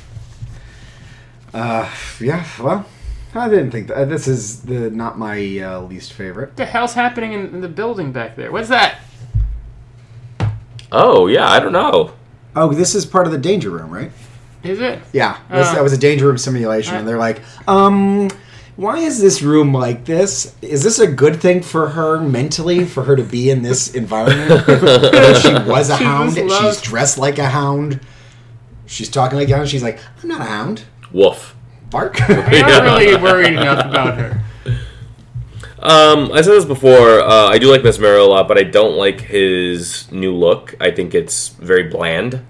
uh, yeah. Well, I didn't think that. This is the not my uh, least favorite.
What the hell's happening in, in the building back there? What's that?
Oh, yeah. I don't know.
Oh, this is part of the danger room, right?
Is it?
Yeah, that's,
Oh.
that was a danger room simulation, and they're like, um, why is this room like this? Is this a good thing for her mentally, for her to be
[laughs]
in this environment? Where she was a
She
hound,
was loved.
she's dressed like a hound, she's talking like a hound, she's like, I'm not a hound,
Woof.
[laughs]
bark.
I'm not
[laughs] Yeah.
really worried enough about her.
Um, I said this before. Uh, I do like Miss Merrill a lot, but I don't like his new look. I think it's very bland.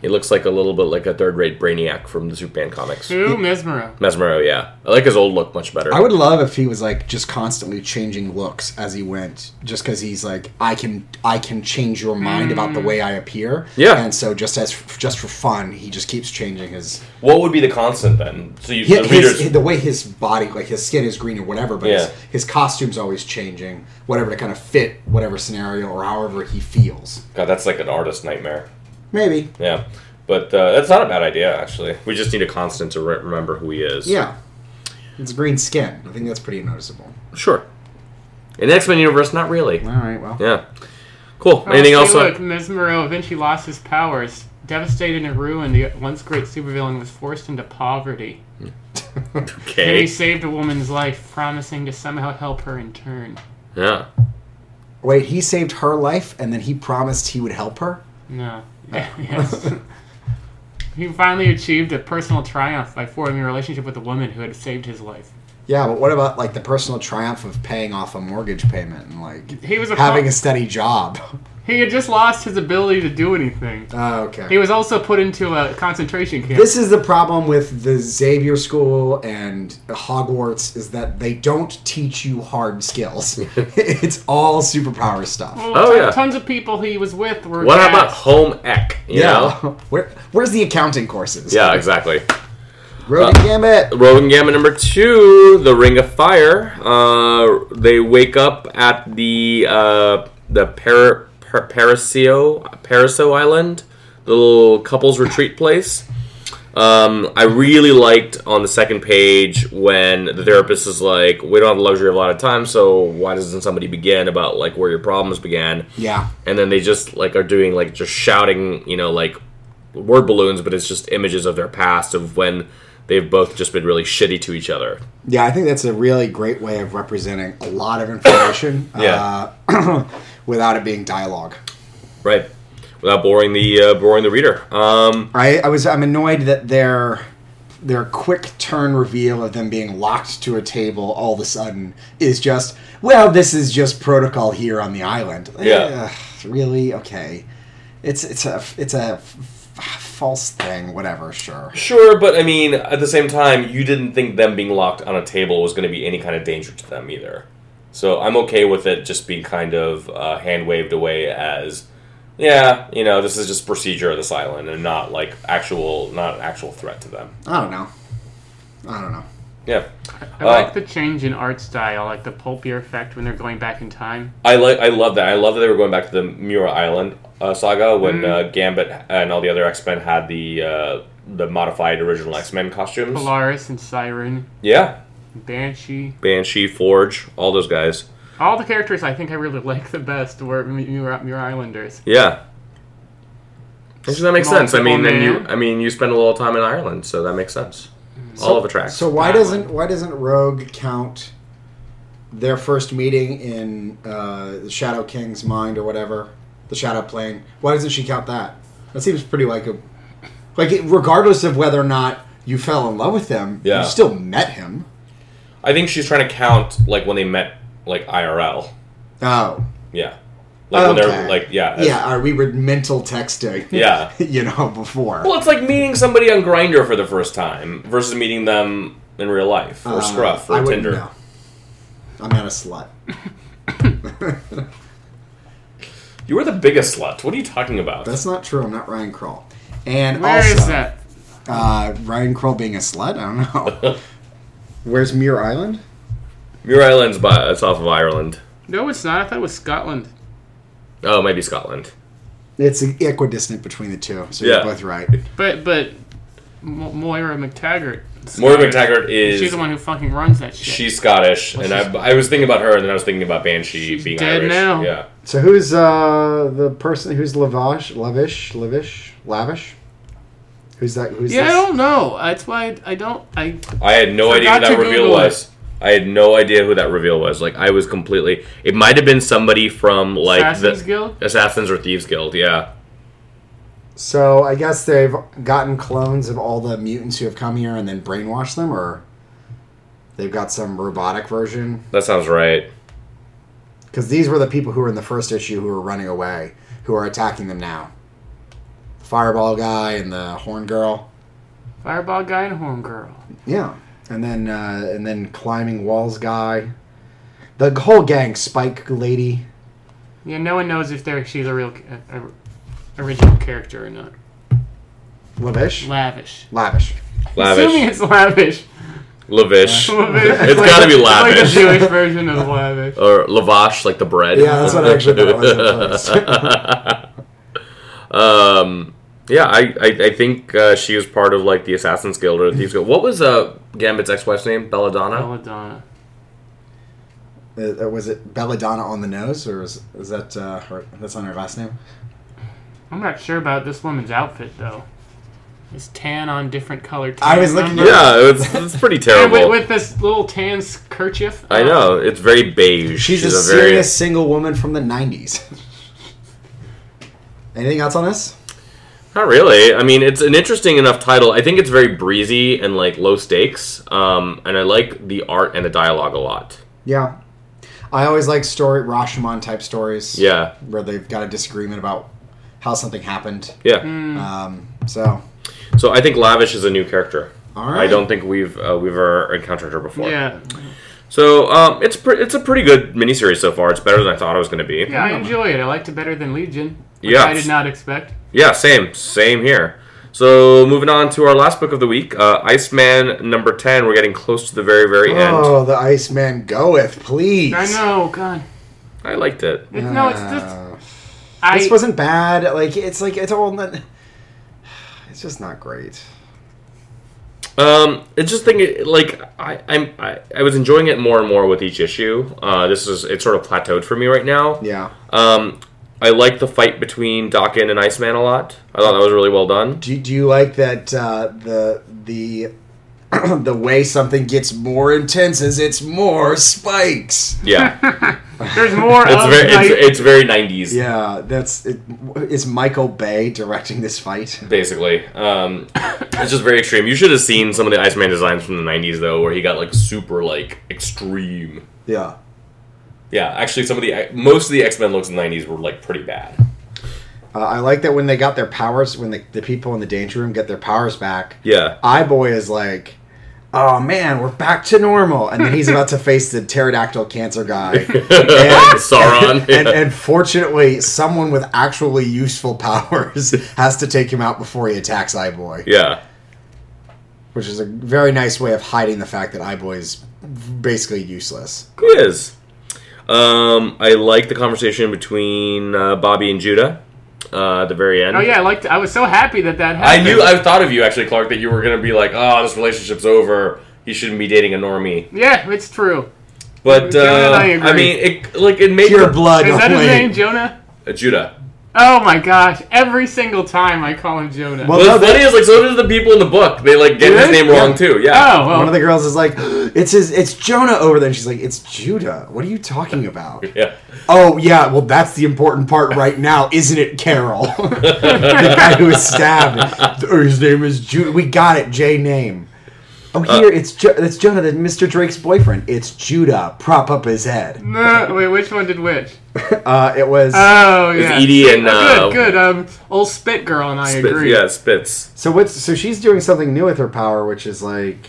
He looks like a little bit like a third-rate Brainiac from the Superman comics.
Who? Mesmero.
Mesmero, yeah. I like his old look much better.
I would love if he was like just constantly changing looks as he went, just because he's like, I can, I can change your mind about
Mm.
the way I appear.
Yeah.
and so just as just for fun, he just keeps changing his
What would be the constant then? So you,
Yeah,
the
his,
readers,
the way his body, like his skin is green or whatever, but
Yeah.
his, his costume's always changing, whatever to kind of fit whatever scenario or however he feels.
God, that's like an artist nightmare.
Maybe.
Yeah, but uh, that's not a bad idea actually. We just need a constant to re- remember who he is.
Yeah. It's green skin. I think that's pretty noticeable.
sure. In the X Men universe, not really.
All right, well.
Yeah, cool. [laughs] Anything
Oh,
else?
see, Look,
on-
Mesmero eventually lost his powers. Devastated and ruined, the once great supervillain was forced into poverty. Then he
Okay.
saved a woman's life, promising to somehow help her in turn.
Yeah.
Wait, he saved her life and then he promised he would help her?
No. [laughs]
[laughs]
yes. he finally achieved a personal triumph by forming a relationship with a woman who had saved his life.
Yeah, but what about like the personal triumph of paying off a mortgage payment and like
[laughs] He was a
having
pop-
a steady job? [laughs]
He had just lost his ability to do anything.
Oh, okay.
He was also put into a concentration camp.
This is the problem with the Xavier School and Hogwarts is that they don't teach you hard
[laughs]
skills. it's all superpower stuff.
Well,
Oh,
ton-
yeah.
Tons of people he was with were.
What
bad.
about home ec? You know?
Where, where's the accounting courses?
Yeah, Uh, exactly.
Road Gambit.
Rogue Gamma number two, The Ring of Fire. Uh, they wake up at the uh, the Par- Par- Parasio Parasio Island, the little couples retreat place. Um, I really liked on the second page when the therapist is like, "We don't have the luxury of a lot of time, so why doesn't somebody begin about like where your problems began?"
Yeah.
and then they just like are doing like just shouting, you know, like word balloons, but it's just images of their past of when they've both just been really shitty to each other.
Yeah, I think that's a really great way of representing a lot of information
Yeah.
uh, [clears throat] without it being dialogue.
Right. Without boring the uh, boring the reader. Um,
I, I was I'm annoyed that their their quick turn reveal of them being locked to a table all of a sudden is just well this is just protocol here on the island.
Yeah.
Ugh, really okay. It's it's a it's a f- f- false thing. Whatever. Sure.
sure, but I mean, at the same time, you didn't think them being locked on a table was going to be any kind of danger to them either. So I'm okay with it just being kind of uh, hand waved away as, yeah, you know, this is just procedure of this island and not like actual, not an actual threat to them.
I don't know. I don't know.
Yeah.
I
Uh,
like the change in art style, like the pulpier effect when they're going back in time.
I like I love that. I love that they were going back to the Mura Island uh, saga when
Mm-hmm.
uh, Gambit and all the other X Men had the uh, the modified original X Men costumes.
Polaris and Siren,
Yeah,
Banshee.
Banshee, Forge, all those guys.
All the characters I think I really [laughs] like the best were M- Muir, Muir Islanders.
Yeah, so that makes
Small
sense. I mean,
people,
and you
man.
I mean you spend a little time in Ireland, so that makes sense. all of it tracks.
So why
That
doesn't why doesn't Rogue count their first meeting in uh, the Shadow King's mind or whatever the Shadow Plane? Why doesn't she count that? That seems pretty like a like it- regardless of whether or not you fell in love with him,
Yeah.
you still met him.
I think she's trying to count like when they met like IRL.
Oh,
Yeah, like when
Okay.
they're like yeah as-
yeah, uh, we were mental texting.
Yeah.
[laughs] you know before.
Well, it's like meeting somebody on Grinder for the first time versus meeting them in real life or
Uh,
Scruff or
I wouldn't
Tinder.
know. I'm not a slut.
You were the biggest slut. What are you talking about?
That's not true. I'm not Ryan Kroll. And
Where is
also,
that?
Uh, Ryan Kroll being a slut? I
[laughs]
don't know. Where's Muir Island?
Muir Island's by it's off of Ireland.
No, it's not. I thought it was Scotland.
Oh, it might be Scotland.
It's equidistant between the two, so
Yeah.
you're both right.
But but Mo- Moira McTaggart.
Moira McTaggart is
She's the one who fucking runs that shit.
she's Scottish, and I, I was thinking about her, and then I was thinking about Banshee
She's
being
dead
Irish.
now.
Yeah,
So who's uh, the person who's Lavash, Lavish, Lavish, Lavish? Who's that? Who's
yeah, I
this?
don't know. That's why I, I don't. I
I had no idea who
Forgot
that
to
reveal
Google it.
was. I had no idea who that reveal was. Like I was completely. It might have been somebody from like
Assassin's
the
Guild.
Assassins or Thieves Guild. Yeah,
So I guess they've gotten clones of all the mutants who have come here and then brainwashed them, or they've got some robotic version.
that sounds right.
Because these were the people who were in the first issue who were running away, who are attacking them now. Fireball guy and the Horn Girl.
Fireball guy and horn girl.
Yeah, and then uh, and then climbing walls guy, the whole gang, Spike lady.
Yeah, no one knows if they're, she's a real a, a- original character or not.
Lavish,
Lavish.
lavish.
Assuming
Lavish,
it's lavish.
lavish.
[laughs] it's
gotta be
Like
lavish.
the Jewish version of lavish.
or lavash, like the bread.
Yeah, that's what I actually thought
[laughs]
was at first.
um, yeah, I, I, I think uh, she was part of like the Assassin's Guild or the Thieves Guild. What was uh, Gambit's ex-wife's name? Belladonna.
Belladonna.
Uh, was it Belladonna on the nose, or is, is that uh, her, that's on her last name?
I'm not sure about this woman's outfit though. It's tan on different colored. Tan,
I was looking-
remember?
Yeah, it's, it's
[laughs]
pretty
And
terrible.
with, with this little tan s- kerchief.
I know it's very beige.
She's, a,
very-
serious single woman from the '90s. [laughs] Anything else on this?
Not really. I mean, it's an interesting enough title. I think it's very breezy and like low stakes. Um, and I like the art and the dialogue a lot.
Yeah, I always like story Rashomon type stories.
Yeah,
where they've got a disagreement about how something happened.
yeah.
Mm.
Um, so
So I think Lavish is a new character.
All right.
I don't think we've uh, we've ever encountered her before.
Yeah,
So um, it's pre- it's a pretty good miniseries so far. It's better than I thought it was going to be.
yeah, I enjoy it. I liked it better than Legion. Which
Yeah.
I did not expect.
Yeah, same, same here. So moving on to our last book of the week, uh, Iceman number ten. We're getting close to the very, very end.
Oh, the Iceman goeth, please.
I know, God.
I liked it.
It's, no, it's just
Uh,
I.
this wasn't bad. Like it's like it's all. Not, [sighs] it's just not great.
Um, it's just thing it- like I, I'm I, I was enjoying it more and more with each issue. Uh, this is it's sort of plateaued for me right now.
Yeah.
Um, I like the fight between Dokken and Iceman a lot. I thought that was really well done.
Do, do you like that uh, the the [clears throat] the way something gets more intense is it's more spikes?
Yeah,
[laughs]
There's more.
[laughs] it's
of
very
night-
it's, it's very nineties
Yeah, that's it, it's Michael Bay directing this fight.
basically. Um, it's just very extreme. You should have seen some of the Iceman designs from the nineties though, where he got like super like extreme.
Yeah.
Yeah, actually, some of the uh, most of the X Men looks in the nineties were like pretty bad.
Uh, I like that when they got their powers, when the, the people in the danger room get their powers back,
Yeah,
I Boy is like, oh man, we're back to normal. And then he's about to face the pterodactyl cancer [laughs] guy. And,
[laughs] Sauron.
and,
yeah.
and fortunately, someone with actually useful [laughs] powers has to take him out before he attacks I Boy,
yeah.
which is a very nice way of hiding the fact that I Boy is basically useless.
He is. Um, I like the conversation between uh, Bobby and Judah uh, at the very end.
Oh yeah, I liked. I was so happy that that
I
happened.
knew I thought of you actually, Clark, that you were gonna be like, "Oh, this relationship's over. He shouldn't be dating a normie."
yeah, it's true.
But
Jonah
uh,
and I
I,
agree.
mean, it like it made
Pure
the-
blood.
Is that his
only.
name, Jonah?
uh, Judah.
Oh my gosh! Every single time I call him Jonah.
Well,
But
Oh, no,
the
they-
funny is like so do the people in the book. They like get his
Really?
name wrong too. Yeah.
oh
One of
well.
the girls is like, [gasps] it's his, it's Jonah over there. And she's like, it's Judah. What are you talking about?
Yeah.
Oh yeah, well that's the important part right now, isn't it, Carol? [laughs] the guy who was stabbed. Or his name is Judah. We got it, J name. Oh
Uh,
here it's jo- it's Jonah, the Mr. Drake's boyfriend. It's Judah. Prop up his head.
No, wait, which one did which?
Uh, it was.
Oh
It's
yeah.
Edie and uh,
good, good. Um, old Spit Girl and I
Spitz.
agree.
Yeah, Spitz.
so what's so she's doing something new with her power, which is like,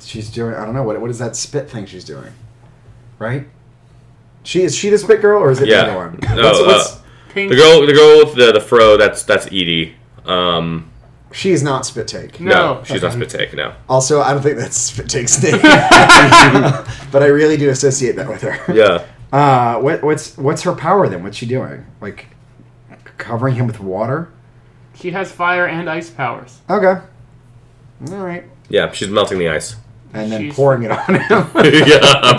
she's doing I don't know what what is that spit thing she's doing, right? She is she the spit girl or is it
Yeah.
the other one?
No,
What's- what's-
uh,
Pink.
The girl, the girl with the, the fro. That's that's Edie. Um,
she is not spit take.
no,
No.
she's not Spit Take. No.
Also, I don't think that's [laughs] Spit Take's
[laughs]
name, but I really do associate that with her.
Yeah.
Uh, what, what's what's her power then? What's she doing? Like covering him with water?
She has fire and ice powers.
Okay. All right.
Yeah, she's melting the ice. [laughs]
And then
She's-
pouring it on him.
yeah,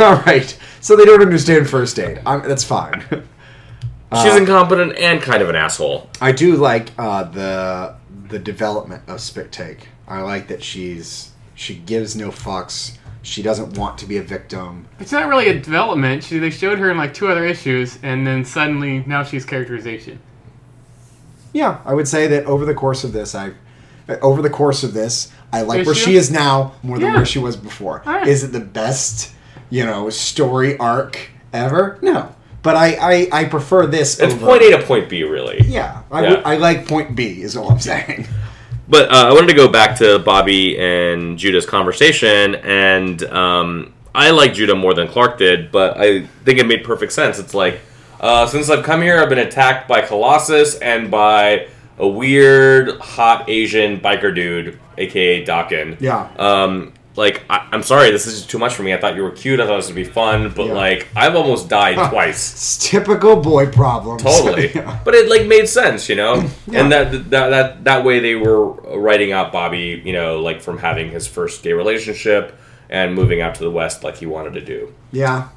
[laughs] All right. So they don't understand first aid. I'm, that's
[laughs]
fine.
She's incompetent and kind of an asshole.
I do like uh, the the development of Spit Take. I like that she's she gives no fucks. She doesn't want to be a victim.
It's not really a development. She, they showed her in like two other issues, and then suddenly now she's characterization.
Yeah, I would say that over the course of this, I over the course of this, I like
Is
where
she?
she is now more than
Yeah.
where she was before.
Alright.
Is it the best, you know, story arc ever? No, but I I, I prefer this.
It's
over,
point A to point B, really.
Yeah, I,
Yeah.
would- I like point B is all I'm
[laughs]
saying.
But uh, I wanted to go back to Bobby and Judah's conversation, and um, I like Judah more than Clark did, but I think it made perfect sense. It's like, uh, since I've come here, I've been attacked by Colossus and by a weird, hot Asian biker dude, aka Dokken.
Yeah.
Um, like, I- I'm sorry, this is too much for me. I thought you were cute, I thought this would be fun, but
Yeah.
like, I've
[laughs]
almost died twice.
It's typical boy problems.
totally
Yeah.
but it like made sense you know
[clears throat] Yeah.
and that, that that that way they were writing out bobby you know like from having his first gay relationship and moving out to the west like he wanted to do
[laughs] yeah.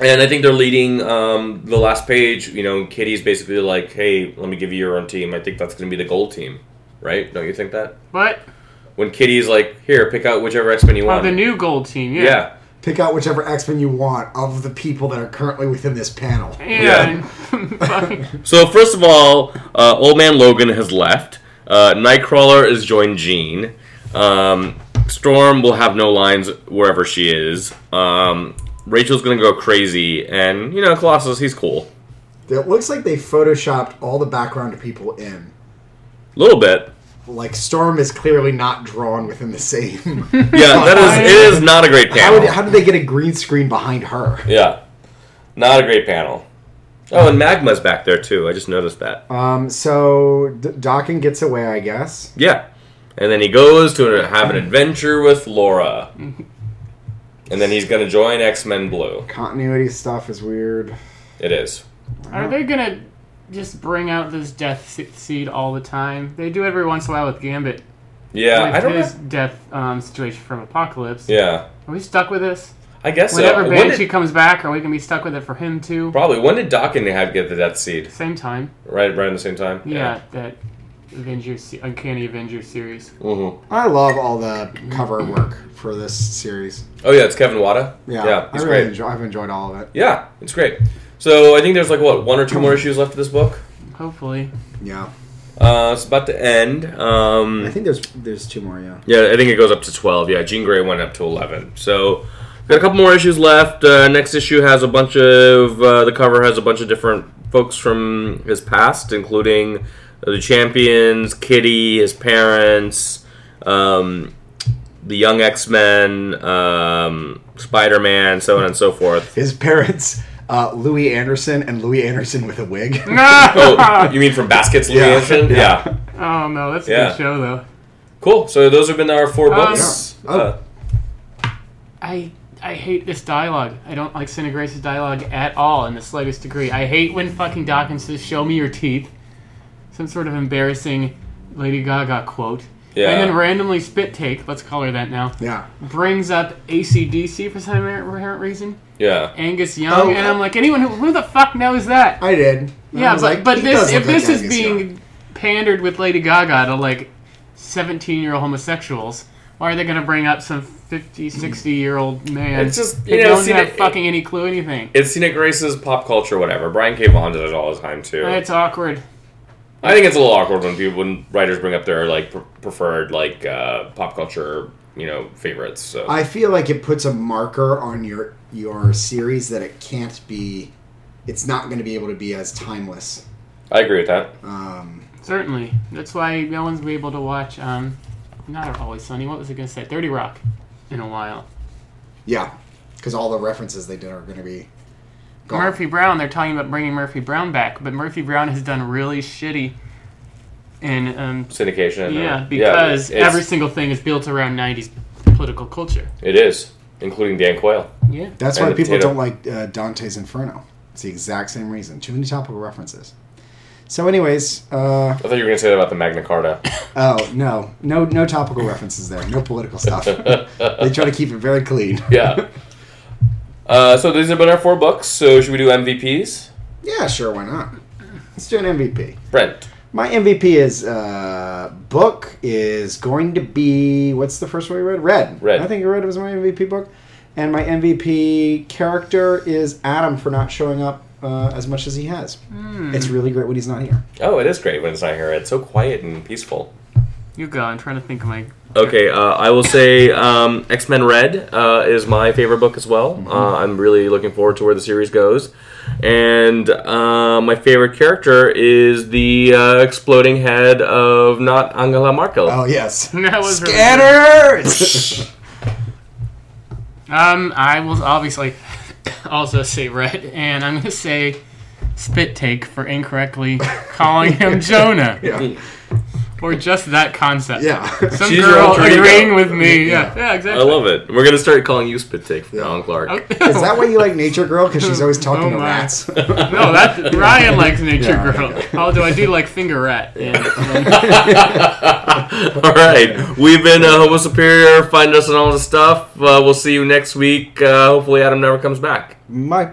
and i think they're leading um, the last page you know kitty's basically like hey let me give you your own team i think that's going to be the gold team right don't you think that
But
when kitty's like here pick out whichever x-men you
oh,
want
the new gold team, yeah.
yeah
Pick out whichever X Men you want of the people that are currently within this panel.
[laughs] Yeah. Fucking-
So first of all, uh, Old Man Logan has left. Uh, Nightcrawler is joined Jean. Um, Storm will have no lines wherever she is. Um, Rachel's gonna go crazy, and you know Colossus, he's cool,
It looks like they photoshopped all the background people in.
a little bit.
Like Storm is clearly not drawn within the
[laughs]
same
Yeah, that is it is not a great
How,
panel.
would, how did they get a green screen behind her?
yeah, not a great panel. Oh, and Magma's back there too. I just noticed that.
Um, so D- Dawkins gets away, I guess.
Yeah, and then he goes to have an adventure with Laura, and then he's gonna join X Men Blue.
Continuity stuff is weird.
It is.
Are they gonna just bring out this death se- seed all the time? They do every once in a while with Gambit.
Yeah,
with
I don't.
his
know-
death um, situation from Apocalypse.
Yeah,
Are we stuck with this?
I I guess
Whenever
so. When
Banshee
did,
comes back, are we gonna be stuck with it for him too?
probably when did Doc and Had get the Death Seed?
Same time.
Right, right around the same time.
Yeah, that Avengers, se- Uncanny Avengers series.
Mm-hmm.
I love all the cover work for this series.
Oh yeah, it's Kevin Wada.
Yeah, I
it's
really
great.
enjoy, I've enjoyed all of it.
Yeah, it's great. So I think there's like what one or two more issues left of this book. [laughs]
Hopefully, [laughs]
Yeah,
Uh, it's about to end. Um,
I think there's there's two more. Yeah,
yeah, I think it goes up to twelve. Yeah, Jean Grey went up to eleven. So got a couple more issues left. Uh, next issue has a bunch of uh, the cover has a bunch of different folks from his past, including the champions, Kitty, his parents, um, the young X Men, um, Spider Man, so on and so
[laughs]
forth.
His parents, uh, Louis Anderson and Louis Anderson with a wig.
oh, you mean from Baskets Louis
Yeah.
[laughs]
Anderson?
Yeah.
Yeah.
oh no, that's a
Yeah.
good show though.
Cool. So those have been our four
Um,
books.
yeah. Oh.
Uh,
I I hate this dialogue. I don't like Cinna Grace's dialogue at all in the slightest degree. I hate when fucking Dawkins says, "Show me your teeth," some sort of embarrassing Lady Gaga quote,
yeah.
and then randomly spit take. Let's call her that now.
yeah.
Brings up ACDC for some apparent reason.
yeah.
Angus Young,
Oh,
and
uh,
I'm like, anyone who, who the fuck knows that?
I did. I
yeah, but
was like,
but
he
this
does
if
look like
this is
Angus
being
Young.
pandered with Lady Gaga to like 17 year old homosexuals, why are they going to bring up some 50, 60 year old man?
It's just-
they
you know,
don't
see,
have
it-
fucking any clue anything.
It's scenic graces, pop culture, whatever. Brian K. Vaughan does it all the time too.
It's awkward.
I think it's a little awkward when people, when writers bring up their like pre- preferred like uh, pop culture, you know, favorites. So
I feel like it puts a marker on your your series that it can't be. It's not going to be able to be as timeless.
I agree with that.
Um,
Certainly, that's why no one's been able to watch. Um, not always sunny. What was I going to say? 30 Rock, in a while.
yeah, because all the references they did are going to be gone.
Murphy Brown, they're talking about bringing Murphy Brown back, but Murphy Brown has done really shitty in um,
Syndication. uh,
Yeah, because
it's-
every single thing is built around 90s political culture.
it is, including Dan Quayle.
Yeah.
That's
And
why
the
people
potato.
don't like uh, Dante's Inferno. It's the exact same reason. Too many topical references. So, anyways, uh,
I thought you were gonna say that about the Magna Carta.
oh no, no, no topical references there. No political stuff. they try to keep it very clean.
[laughs]
yeah. Uh, so these have been our four books. So should we do MVPs?
Yeah, sure, why not? Let's do an MVP.
Brent.
My MVP is uh, book is going to be what's the first one we read? Red.
Red.
I think Red was my MVP book, and my MVP character is Adam for not showing up uh, as much as he has.
Hmm.
It's really great when he's not here.
Oh, it is great when it's not here. It's so quiet and peaceful.
You go. I'm trying to think of my. [laughs]
Okay, uh, I will say um, X Men Red uh, is my favorite book as well.
Mm-hmm.
Uh, I'm really looking forward to where the series goes. And uh, my favorite character is the uh, exploding head of not Angela Merkel.
Oh yes.
[laughs] That was really
Scanners.
good. Um, I will obviously [coughs] also say red, and I'm going to say spit take
[laughs]
for incorrectly calling him Jonah.
Yeah.
Or just that concept.
yeah.
Some
She's your
girl
alter ego.
agreeing with me. Yeah. Yeah,
I
exactly. [laughs]
love it. We're gonna start calling you Spit Take from
Yeah.
Alan Clark.
Oh,
Is that why you like Nature Girl? Because she's always
Oh
talking to
my.
rats.
no, that's
[laughs]
Ryan likes
[laughs]
Nature
Yeah,
Girl. Although I do like Finger Rat. And,
[laughs]
um,
[laughs] all right, we've been uh, Homo Superior. Find us on all the stuff. Uh, we'll see you next week. Uh, hopefully, Adam never comes back.
my